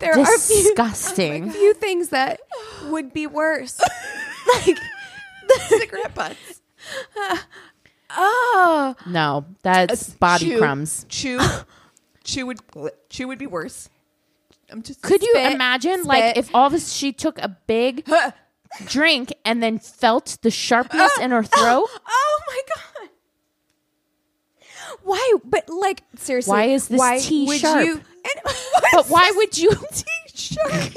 E: There are Oh few,
F: Disgusting.
E: few things that would be worse. like,
A: Cigarette butts.
E: oh,
F: no, that's body
A: Chew-
F: crumbs.
A: Chew, chew would chew would be worse. I'm just
F: Could you
E: Spit,
F: imagine,
E: spit.
F: like, if all of a she took a big drink and then felt the sharpness in her throat?
E: oh my god! Why? But like, seriously,
F: Why is this
E: why
F: tea
E: would
F: sharp?
E: You, and why
F: But
E: is
F: why
E: this
F: would you-
E: tea sharp?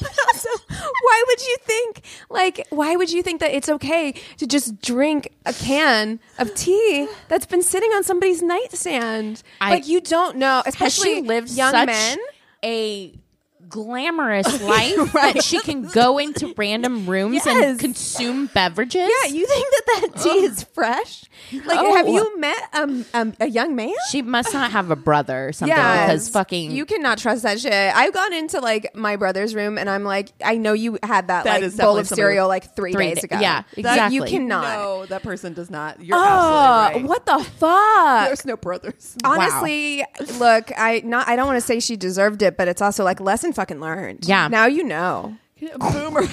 E: But also, why would you think like why would you think that it's okay to just drink a can of tea that's been sitting on somebody's nightstand?
F: I-
E: like you don't know,
F: Has
E: especially
F: she lived
E: young
F: such
E: men.
F: a glamorous life that she can go into random rooms
E: Yes.
F: and consume beverages?
E: Yeah, you think that that tea is fresh? Like, have you met um, um, a young man?
F: she must not have a brother or something because fucking
E: you cannot trust that shit. I've gone into like my brother's room and I'm like, I know you had that,
A: That
E: like
A: is
E: bowl
A: definitely
E: of
A: somebody-
E: cereal like three,
F: Three
E: days
F: da-
E: ago.
F: yeah,
E: Like, you
F: exactly.
E: cannot.
A: No, that person does not. You're
E: Oh,
A: absolutely right.
E: what the fuck?
A: There's no brothers.
E: Honestly, look, I not I don't want to say she deserved it, but it's also like lesson fucking learned.
F: Yeah.
E: Now you know.
A: Boomerang.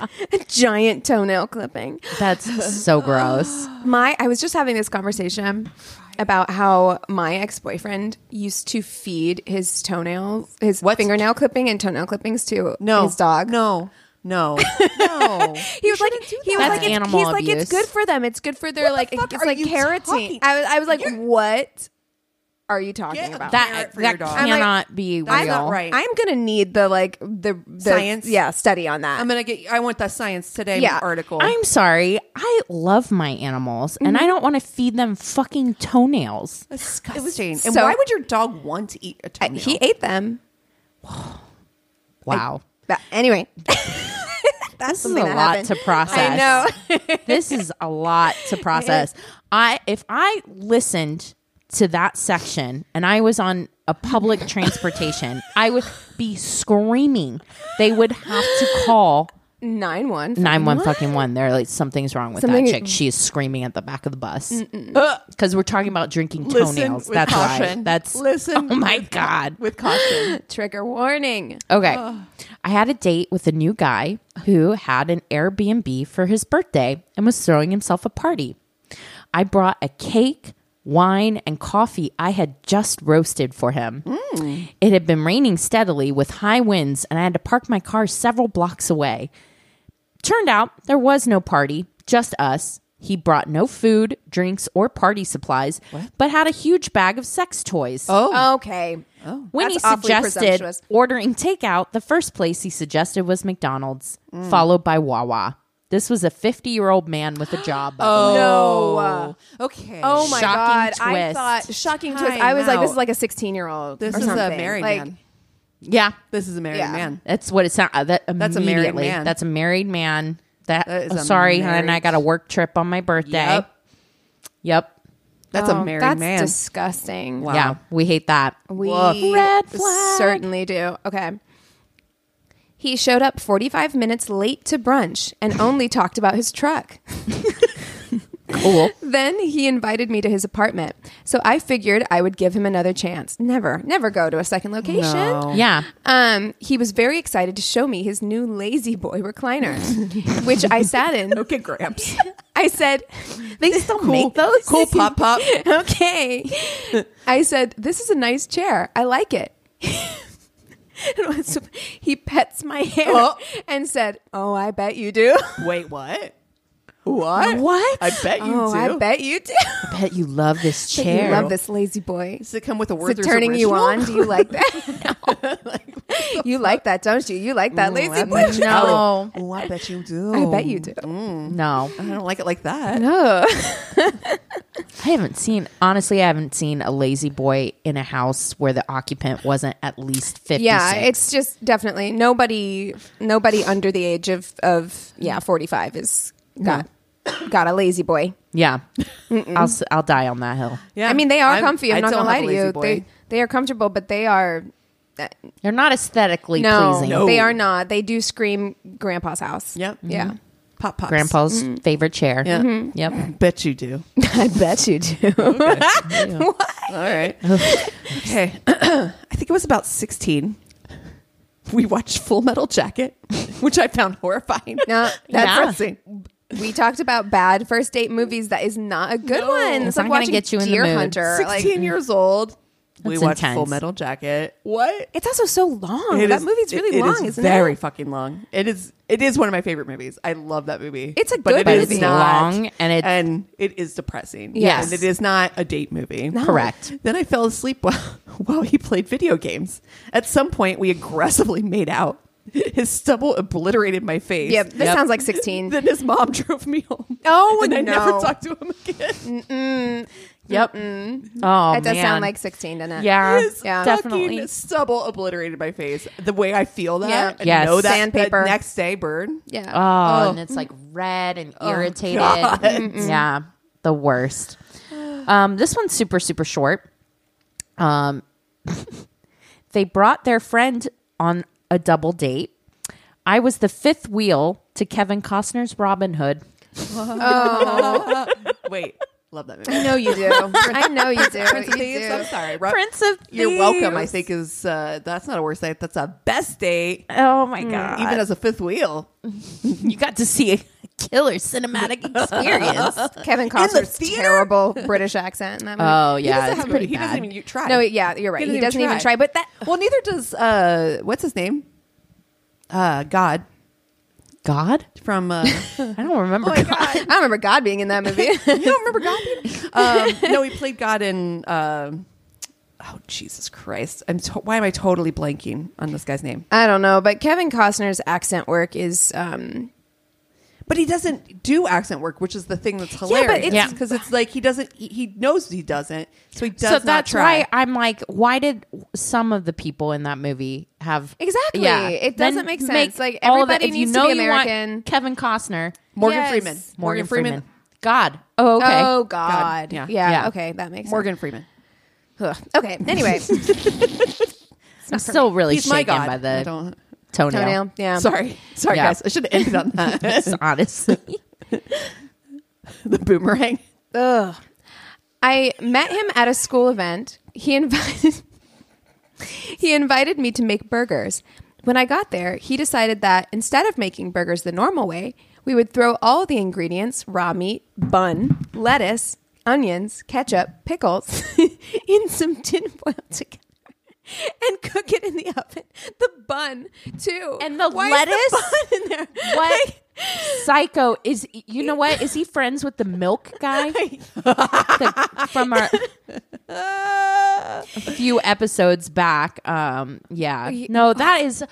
E: A giant toenail clipping.
F: that's so gross.
E: My I was just having this conversation about how my ex-boyfriend used to feed his toenails, his fingernail clipping and toenail clippings to
A: No,
E: his dog.
A: No, no, no.
E: he was like he was
F: that.
E: like
F: That's
E: it's,
F: animal
E: he's like it's
F: abuse.
E: good for them. It's good for their
A: the
E: like
A: fuck
E: it's
A: are
E: like
A: you
E: carotene.
A: talking-
E: I was I was like
A: You're-
E: what are you talking
A: Get a
E: about?
A: Parent
F: That
A: for your
F: that
A: dog.
E: I'm like,
F: cannot be real.
A: that's not right.
E: I'm gonna need the like the, the
A: Science?
E: yeah study on that.
A: I'm gonna get. I want that science today
E: Yeah,
A: article.
F: I'm sorry. I love my animals,
E: Mm-hmm.
F: and I don't want to feed them fucking toenails.
A: disgusting. And
E: so-
A: why would your dog want to eat a
E: I-
A: toenail?
E: he ate them.
F: Wow,
E: But anyway, that's
F: this is a
E: something
F: lot
E: that happened.
F: to process.
E: I know.
F: this is a lot to process. I if I listened to that section and I was on a public transportation, I would be screaming. They would have to call
E: Nine one.
F: Nine one fucking one. They're like something's wrong with
E: Something-
F: that chick. She is screaming at the back of the bus because we're talking about drinking toenails.
A: with
F: That's
A: caution.
F: why. That's
A: Listen
F: Oh my
A: with-
F: god.
A: with caution.
E: Trigger warning.
F: Okay. I had a date with a new guy who had an Airbnb for his birthday and was throwing himself a party. I brought a cake, wine, and coffee I had just roasted for him. It had been raining steadily with high winds, and I had to park my car several blocks away. Turned out there was no party, just us. He brought no food, drinks, or party supplies, but had a huge bag of sex toys. Oh,
E: Okay.
A: Oh.
F: when
E: That's
F: he
E: awfully
F: suggested
E: presumptuous.
F: ordering takeout, the first place he suggested was McDonald's, followed by Wawa. This was a 50 year old man with a job. oh,
E: No. Uh,
A: Okay.
E: Oh my
F: Shocking
E: god! I
F: twist.
E: thought shocking
A: Time
E: twist. I was like, this
A: out.
E: is like a sixteen-year-old.
A: This
E: or
A: is
E: something.
A: a married
E: like,
A: man.
F: yeah.
A: This is a married
E: Yeah.
A: man.
F: That's what it sounds uh, that
A: That's a married
F: immediately-
A: man.
F: That's a married man. That,
A: That is
F: oh,
A: a
F: sorry, hon. I
A: married-
F: got a work trip on my birthday.
A: Yep.
F: Yep.
A: That's
E: Oh,
A: a married
E: that's
A: man.
E: disgusting.
A: Wow.
F: Yeah. We hate that.
E: We
F: Red flag.
E: certainly do. Okay. He showed up 45 minutes late to brunch and only talked about his truck.
F: Cool.
E: Then he invited me to his apartment. So I figured I would give him another chance. Never, never go to a second location.
F: Yeah.
E: Um, he was very excited to show me his new lazy boy recliner, which I sat in.
A: Okay, Gramps.
E: I said, "They still make those."
A: Cool pop pop.
E: okay. I said, This is a nice chair. I like it. And once he pets my hair
A: Oh.
E: and said, Oh, I bet you do.
A: Wait, what? What?
F: What?
A: I bet you
E: oh,
A: do.
E: I bet you do.
F: I bet you love this
E: But
F: chair.
E: You love this lazy boy.
A: Does it come with a word?
E: Is it
A: that's
E: turning you
A: original?
E: on? Do you like that? you like that, don't you? You like that lazy boy.
A: bet Mm, you
F: No.
A: Oh, I bet you do.
E: I bet you do.
F: No.
A: I don't like it like that.
F: I haven't seen honestly. I haven't seen a lazy boy in a house where the occupant wasn't at least fifty.
E: Yeah, it's just definitely nobody nobody under the age of of yeah, 45 is got got a lazy boy.
F: yeah. I'll s- I'll die on that hill.
A: Yeah.
E: I mean, they are
A: I'm-
E: comfy. I'm
A: I
E: not
A: don't
E: gonna
A: have
E: lie to
A: a lazy
E: you.
A: boy.
E: They they are comfortable, but they are
F: They're not aesthetically
E: no,
F: pleasing.
E: they are not. They do scream Grandpa's house.
A: Yep.
E: Yeah.
A: Pop pops.
F: Grandpa's favorite chair.
A: Yeah.
F: Mm-hmm.
E: Mm-hmm.
F: Yep.
A: Bet you do.
E: I bet you do.
A: All right. okay. I think it was about 16. We watched Full Metal Jacket, which I found horrifying.
E: No, that's-
A: depressing.
E: we talked about bad first date movies. That is not a good one.
F: It's not gonna
E: watching
F: get you in the
E: Deer
F: mood.
E: Hunter.
A: 16
E: Like,
A: years old. we
F: That's
A: watched
F: intense.
A: Full Metal Jacket. What?
E: it's also so long.
A: It
E: that
A: is-
E: movie's really
A: it-
E: long,
A: It is
E: isn't
A: very
E: it?
A: fucking long. It is. It is one of my favorite movies. I love that movie.
E: It's a
A: but
E: good
A: it
E: But
A: is
E: it's
A: not-
F: long and it's-
A: and it is depressing.
E: Yes.
A: and it is not a date movie.
F: Correct.
A: Then I fell asleep while, while he played video games. At some point, we aggressively made out. His stubble obliterated my face.
E: Yep, this sounds like 16.
A: Then his mom drove me home.
E: Oh,
A: and I
E: no.
A: never talked to him again.
F: Yep. Oh,
E: That does
F: man.
E: sound like 16, doesn't it?
F: yeah,
A: His
E: Yeah.
A: fucking
F: definitely.
A: stubble obliterated my face. The way I feel that,
E: Yeah.
A: I
F: Yes.
A: know that
E: Sandpaper.
A: that next day burn.
E: Yeah.
F: Oh, and it's like red and
E: Oh,
F: irritated.
A: God.
F: Mm-mm. yeah, the worst. Um, this one's super super short. Um, they brought their friend on a double date. I was the fifth wheel to Kevin Costner's Robin Hood.
A: Wait, love that movie.
E: I know you do. I know you do.
A: Prince of
E: You
A: Thieves.
E: do.
A: I'm sorry, Rob.
F: Prince of
A: You're welcome. I
F: Thieves.
A: think is uh, that's not a worst date. That's a best date,
F: Oh
E: Mm,
F: my god!
A: even as a fifth wheel
F: you got to see a killer cinematic experience.
E: Kevin
A: the
E: Costner's
A: theater?
E: terrible British accent in that movie.
F: oh yeah, it's
A: He
F: pretty
A: he
F: bad.
A: doesn't even you try.
E: No, yeah, you're right. He doesn't even try. But that
A: well, neither does uh, what's his name? Uh, God
F: God,
A: from. Uh, you
F: I don't remember. Oh God.
E: I don't remember God being in that movie.
A: don't remember God? um, no, he played God in. um oh Jesus Christ! I'm to- why am I totally blanking on this guy's name?
E: I don't know, but Kevin Costner's accent work is um
A: But he doesn't do accent work, which is the thing that's
E: but
A: hilarious.
E: it's-
A: because it's like he doesn't. He, he knows he doesn't, so he does
F: so
A: not
F: that's
A: try.
F: why I'm like, why did some of the people in that movie have
E: Exactly. It
F: Then
E: doesn't make sense. Like,
F: all of it-
E: everybody
F: if
E: needs
F: you
E: to
F: know
E: be
F: you want
E: American.
F: Kevin Costner,
A: Morgan
E: Yes.
A: Freeman.
F: Morgan, Freeman. God. Oh, okay.
E: Oh God.
A: Yeah.
E: Yeah.
F: Yeah.
E: Okay, that makes
A: Morgan Freeman.
E: sense. Okay. Anyway.
F: I'm still really
A: He's
F: shaken
A: my god.
F: by
A: I
F: the
A: don't-
F: Toenail.
E: Toenail. Yeah.
A: Sorry. Sorry,
F: Yeah.
A: guys. I should have ended on that.
F: It's honestly.
A: the boomerang.
E: Ugh. I met him at a school event. He invited he invited me to make burgers. When I got there, he decided that instead of making burgers the normal way, we would throw all the ingredients, raw meat, bun, lettuce, onions, ketchup, pickles in some tin foil together and cook it in the oven. The bun too.
F: And the
E: Why is
F: lettuce?
E: bun in there?
F: What?
E: Like-
F: Psycho is you know what? Is he friends with the milk guy? The- from our a few episodes back. Um yeah. No, that is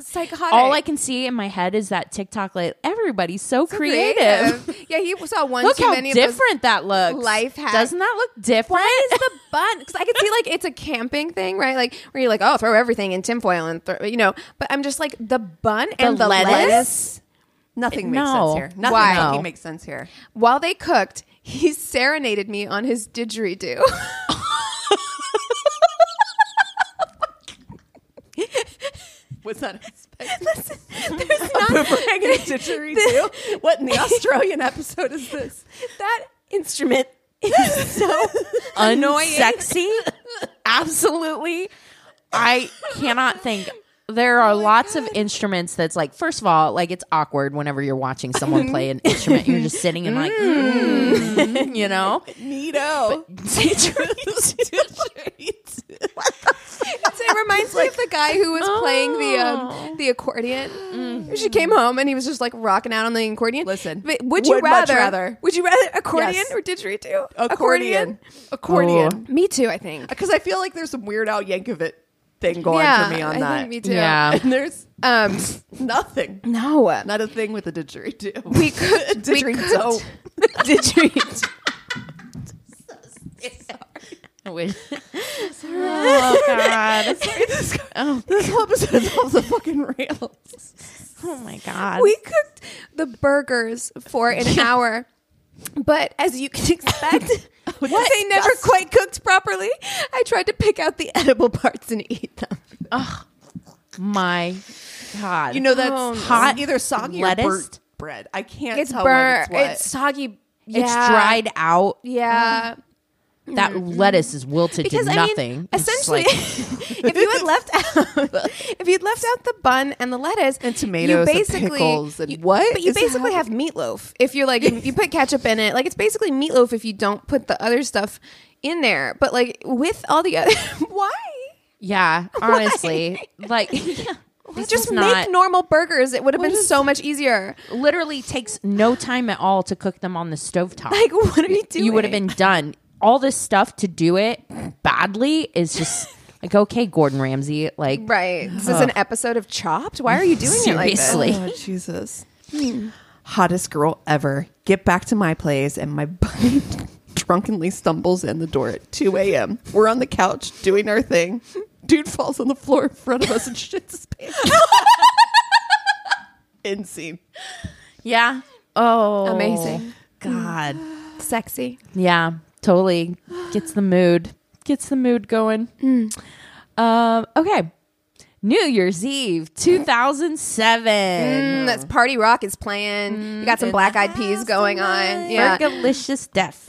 E: psychotic.
F: all I can see in my head is that TikTok like everybody's so,
E: So
F: creative.
E: yeah, he saw one
F: Look
E: too
F: how
E: many of those
F: different that looks.
E: life hack-
F: Doesn't that look different?
E: is the bun? Because I could see like it's a camping thing, right? Like where you're like, oh, throw everything in tinfoil and throw, you know. But I'm just like the bun and the lettuce.
A: Nothing makes
F: No.
A: sense here. Nothing
E: Why?
A: fucking
F: No.
A: makes sense here.
E: While they cooked, he serenaded me on his didgeridoo.
A: What's that?
E: Listen, there's
A: A
E: not-
A: boomerang and a didgeridoo? what in the Australian episode is this?
E: that instrument is so annoying.
F: unsexy. Absolutely. I cannot think. There
E: Oh
F: are lots of instruments that's like, first of all, like it's awkward whenever you're watching someone play an instrument. You're just sitting and like, mm, you know?
A: Neato.
E: It reminds me of the guy who was playing the
A: Oh.
E: um, the accordion. She came home and he was just like rocking out on the accordion.
A: Mm. Listen,
E: but would you
A: would much
E: rather,
A: rather.
E: Would you rather accordion
A: Yes.
E: or didgeridoo?
A: Accordion. Oh. Accordion.
E: Me too. I think.
A: Because I feel like there's some Weird Al Yankovic thing going for me on
E: I
A: that.
E: Think me too.
F: Yeah.
A: And there's
E: Um.
A: nothing.
E: No.
A: Not a thing with a didgeridoo.
E: we could. we
A: Didgeridoo.
E: could. Didgeridoo.
F: I wish- oh, God.
A: this whole episode is off the fucking rails.
F: Oh, my God.
E: we cooked the burgers for an hour. But as you can expect, what? they never quite cooked properly. I tried to pick out the edible parts and eat them.
F: my God.
A: You know that's
E: Oh, no.
A: hot, either soggy
F: Lettuce?
A: or burnt bread. I can't
E: It's
A: tell
E: burnt.
A: what
E: It's
A: it's what.
E: soggy. Yeah.
F: it's dried out.
E: Yeah.
F: That lettuce is wilted
E: Because
F: to
E: I
F: nothing.
E: mean,
F: It's just
E: essentially,
F: like-
E: if you had left out, if you'd left out the bun and the lettuce
A: And tomatoes
E: you
A: and
E: basically,
A: pickles and
E: you-
A: what
E: But you
A: is
E: basically have meatloaf. If you're like, you put ketchup in it, like it's basically meatloaf. If you don't put the other stuff in there, but like with all the other, why?
F: yeah, honestly. Like, this
E: Just
F: is
E: make
F: not-
E: normal burgers. It would have been so much easier.
F: literally takes no time at all to cook them on the stovetop.
E: Like, what are you doing?
F: you would have been done. All this stuff to do it badly is just like okay, Gordon Ramsay. Like
E: right. Is this an episode of Chopped? Why are you doing it like this?
F: Seriously.
A: Oh, Jesus. Hottest girl ever. Get back to my place, and my buddy drunkenly stumbles in the door at 2 a.m. We're on the couch doing our thing. Dude falls on the floor in front of us and shits his pants. End scene.
F: yeah. Oh,
E: Amazing.
F: God.
E: Oh. Sexy.
F: Yeah, totally gets the mood. Gets the mood going.
E: Mm.
F: Um. Okay. New Year's Eve, two thousand seven.
E: Mm, that's party rock is playing. you got some black eyed peas going on. Yeah. Mm-hmm.
F: Fergalicious death.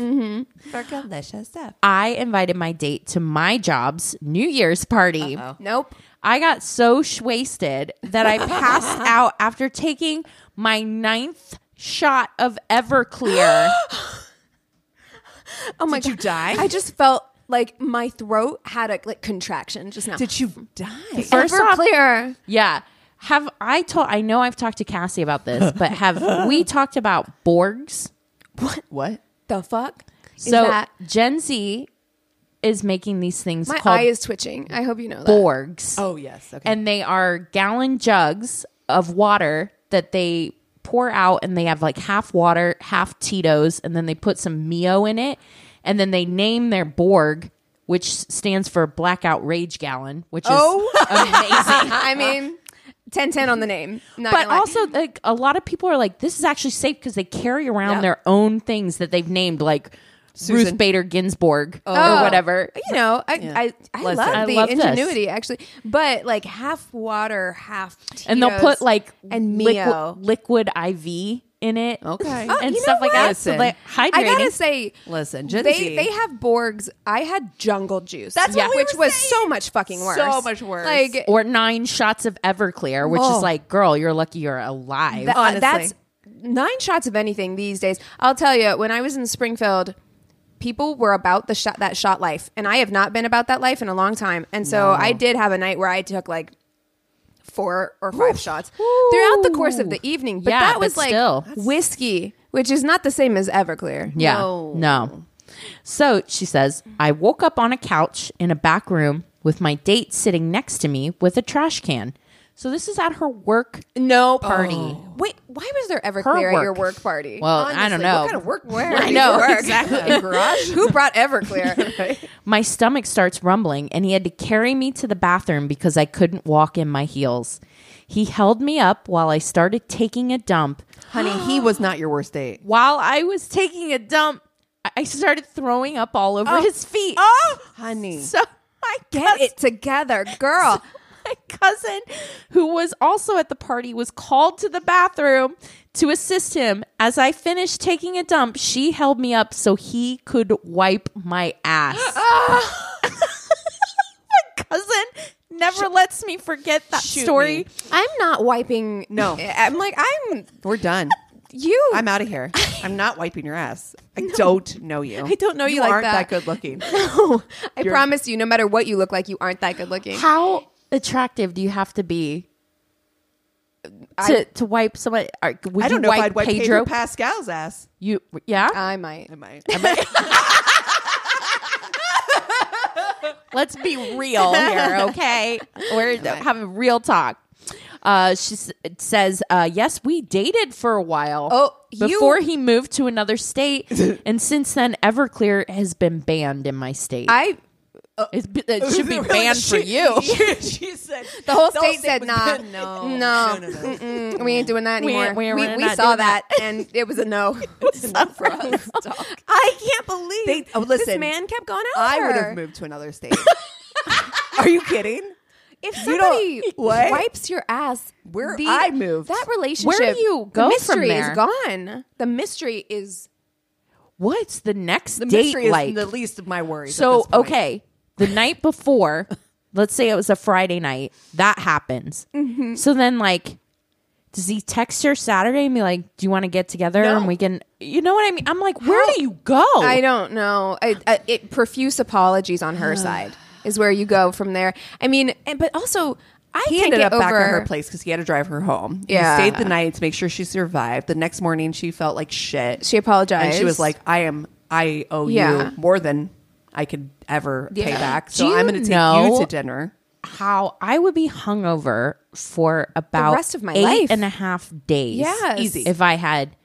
A: Delicious stuff.
F: I invited my date to my job's New Year's party.
E: Nope.
F: I got so wasted that I passed out after taking my ninth shot of Everclear.
E: Oh my
A: Did you
E: God.
A: die?
E: I just felt like my throat had a like contraction just now.
A: Did you die?
F: First
E: Ever
F: off-
E: clear?
F: yeah. Have I told I know I've talked to Cassie about this, but have we talked about Borgs?
A: What?
E: The fuck? is
F: So
E: that?
F: Gen Z is making these things
E: my
F: called
E: eye is twitching. I hope you know that.
F: Borgs.
A: Oh, yes. Okay.
F: and they are gallon jugs of water that they pour out and they have like half water, half Tito's, and then they put some Mio in it. And then they name their Borg, which stands for Blackout Rage Gallon, which is
E: Oh,
F: amazing.
E: I mean, 10-10 on the name. Not
F: But
E: gonna lie.
F: also, like a lot of people are like, this is actually safe because they carry around
E: Yeah.
F: their own things that they've named, like
A: Susan.
F: Ruth Bader Ginsburg
E: Oh.
A: Oh.
F: or whatever.
E: You know, I I, I
A: Listen.
E: love
A: I
E: the
F: love this.
E: ingenuity actually, but like half water, half Tito's,
F: And they'll put like
E: and
F: liqui-
E: Mio.
A: Oh,
F: liquid IV in it.
A: Okay.
E: Oh,
F: and
E: you
F: stuff
E: know
F: like
E: what?
F: that. So
A: Listen.
F: like hydrating.
E: I gotta say,
A: Listen, Gen
E: they
A: Z.
E: they have Borgs. I had jungle juice.
A: That's what we
E: which
A: were
E: was
A: saying.
E: so much fucking worse.
A: So much worse.
E: Like
F: or nine shots of Everclear, which
E: Oh.
F: is like, girl, you're lucky you're alive.
E: Th- uh,
A: Honestly.
E: that's nine shots of anything these days. I'll tell you, when I was in Springfield, people were about the shot that shot life, and I have not been about that life in a long time. And so I did have a night where I took like four or five shots throughout the course of the evening. But
F: Yeah,
E: that was
F: but
E: like
F: still.
E: whiskey, which is not the same as Everclear.
F: Yeah. No. So she says, I woke up on a couch in a back room with my date sitting next to me with a trash can. So this is at her work.
E: No
F: party.
E: Oh. Wait, why was there Everclear at your
F: work.
E: work party?
F: Well, I
E: Honestly,
F: don't know.
E: What kind of work? Where?
F: I
E: do you
F: know,
E: work?
F: exactly.
E: A garage? Who brought Everclear?
F: My stomach starts rumbling, and he had to carry me to the bathroom because I couldn't walk in my heels. He held me up while I started taking a dump.
A: honey, he was not your worst date.
F: While I was taking a dump, I- I started throwing up all over his feet.
A: Oh. Honey.
F: So my
E: Get it together, girl.
F: my cousin, who was also at the party, was called to the bathroom to assist him. As I finished taking a dump, she held me up so he could wipe my ass. my cousin never lets me forget that
A: Shoot
F: story.
A: me.
E: I'm not wiping.
A: No.
E: I'm like I'm
A: We're done.
E: you.
A: I'm out of here. I'm not wiping your ass. I don't know you.
F: I don't know you
A: you
F: like
A: aren't
F: that.
A: good looking.
E: no. I promise you, no matter what you look like, you aren't that good looking.
F: How attractive do you have to be? To,
E: I-
F: to wipe someone, or would
A: I
F: you
A: don't know
F: wipe
A: if I'd wipe Pedro, Uh,
F: Pedro?
A: Pascal's ass.
F: you yeah.
E: I might.
A: I might.
F: Let's be real here, okay? We're having real talk. Uh, she s- it says, uh, "Yes, we dated for a while.
E: Oh, you-
F: before he moved to another state, and since then, Everclear has been banned in my state.
E: I.
F: It's b- it should be banned for you.
A: she, she said
E: The whole state said
A: was
E: nah.
A: good. No.
E: no,
A: No, no, no.
E: Mm-mm. we ain't doing that
F: We
E: anymore.
F: ain't-
E: We,
F: we- we're
E: we
F: not
E: saw
F: doing
E: that,
F: that.
E: and it was a no.
A: I can't believe they. Oh, listen,
E: this man kept going out.
A: I
E: with
A: would
E: her.
A: have moved to another state. Are you kidding?
E: If
A: You don't-
E: somebody
A: What?
E: wipes your ass,
A: Where I moved.
E: that relationship,
F: Where do you
E: the
F: go from
E: mystery
F: there?
E: is gone. The mystery is
F: What's the next
A: The
F: date
A: mystery
F: like?
A: is the least of my worries. at
F: So
A: this point.
F: okay, the night before, let's say it was a Friday night, that happens.
E: Mm-hmm.
F: So then, like, does he text her Saturday and be like, "Do you want to get together and we can?" You know what I mean? I'm like, where do you go?
E: I don't know. I, I, it profuse apologies on her side is where you go from there. I mean, and, but also I
A: he
E: can't
A: ended
E: get
A: up
E: over
A: back at her place because he had to drive her home.
E: Yeah.
A: He stayed the night to make sure she survived. The next morning, she felt like shit.
E: She apologized.
A: and she was like, "I am. I owe
E: Yeah.
A: you more than I could ever pay back. So
F: Do
A: I'm
F: you
A: going to take
F: know-
A: you to dinner."
F: How I would be hungover for about
E: rest of my
F: eight
E: life.
F: and a half days.
E: Yes.
A: Easy.
F: If I had,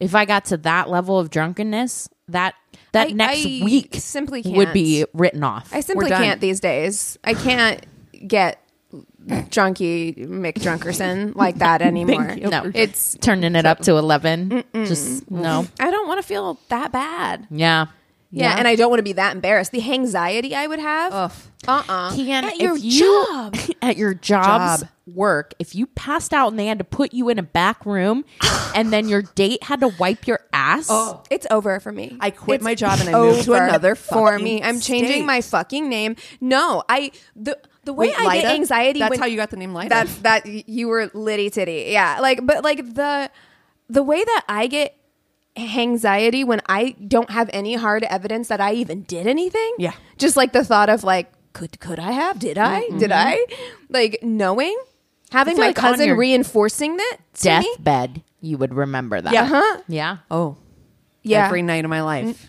F: if I got to that level of drunkenness, that that
E: I-
F: next
E: I
F: week
E: simply
F: would
E: can't.
F: be written off.
E: I simply
A: done.
E: can't these days. I can't get drunky Mick Drunkerson like that anymore.
F: no,
E: it's
F: turning it up to 11 Just no.
E: I don't want to feel that bad.
F: Yeah.
E: Yeah, and I don't want to be that embarrassed. The anxiety I would have.
A: Ugh.
E: Uh uh
F: can
E: At
F: if
E: your
F: you-
E: job.
F: at your job's
A: Job.
F: work if you passed out and they had to put you in a back room and then your date had to wipe your ass
E: It's over for me.
A: I quit
E: It's
A: my job and I moved to
E: over
A: another
E: for
A: fucking
E: me. I'm changing
A: state.
E: my fucking name. No, I the the way
A: Wait,
E: I
A: Lyda?
E: get anxiety.
A: That's
E: when-
A: how you got the name Lyda?
E: That that you were litty titty. Yeah, like but like the the way that I get anxiety when I don't have any hard evidence that I even did anything.
A: Yeah.
E: just like the thought of like could could I have? Did I? Did I? Like knowing. Having
F: feel
E: my
F: like on
E: cousin
F: your
E: reinforcing that to me.
F: deathbed you would remember that
E: Yeah. Uh-huh.
F: yeah
A: Oh,
E: Yeah.
A: every night of my life.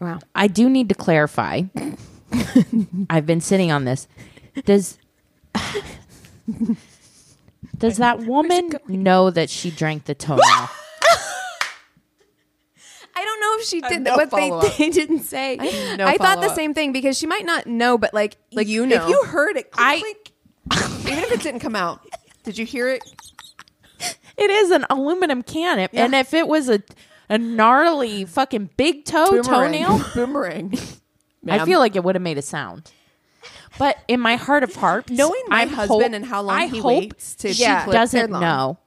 E: wow.
F: i do need to clarify i've been sitting on this does does that woman know that she drank the toenail
E: I don't know if she did,
A: no
E: but
A: follow-up.
E: they, they didn't say. I,
A: no
E: thought the
A: follow-up.
E: same thing because she might not know, but like,
A: Like
E: you know,
A: if you heard it,
F: I-
A: I even if it didn't come out, did you hear it?
F: It is an aluminum can, it, and if it was a a gnarly fucking big toe
A: Boomerang.
F: toenail.
A: Boomerang.
F: I feel like it would have made a sound. But in my heart of hearts,
A: knowing my
F: I
A: husband
F: hope-
A: and how long
F: I
A: he
F: hope
A: waits to
F: she
A: clip their
F: doesn't
A: lawn.
F: know.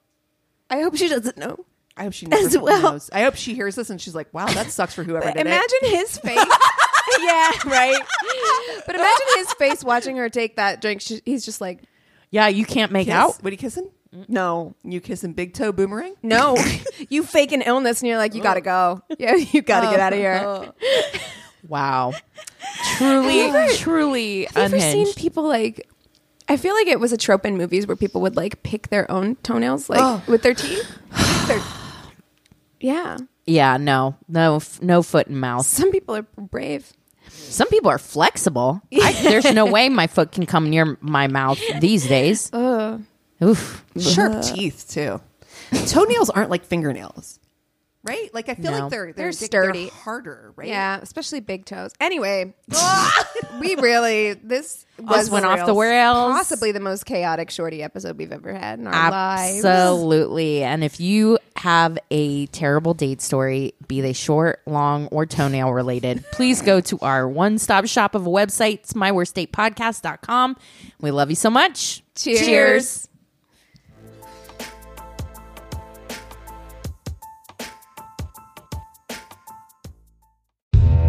E: I hope she doesn't know.
A: I hope she never
E: As well.
A: knows. I hope she hears this and she's like, "Wow, that sucks for whoever did it."
E: Imagine his face. yeah, right. But imagine his face watching her take that drink. She, he's just like,
F: Yeah, you can't make
A: Kiss.
F: out.
A: Would he kiss him?
E: no,
A: You kissing big toe boomerang?
E: no. you fake an illness, and you're like, you gotta go. Yeah, you gotta get out of here.
A: Uh-huh.
F: Wow. Truly, truly
E: Have you ever seen
F: unhinged.
E: people like? I feel like it was a trope in movies where people would like pick their own toenails, like
A: Oh.
E: with their teeth. Their- yeah,
F: yeah, no, no, f- no foot and mouth.
E: some people are brave.
F: Some people are flexible. I, there's no way my foot can come near my mouth these days. Oof.
A: Sharp teeth too. Toenails aren't like fingernails, right? Like I feel
F: No.
A: like they're they're,
E: They're
A: thick-
E: sturdy.
A: they're harder, right?
E: Yeah, especially big toes. Anyway, we really this was
F: went off the rails.
E: Possibly the most chaotic shorty episode we've ever had in our lives.
F: Absolutely. And if you have a terrible date story, be they short, long, or toenail related, please go to our one stop shop of a website, it's myworstdatepodcast.com. We love you so much.
E: Cheers.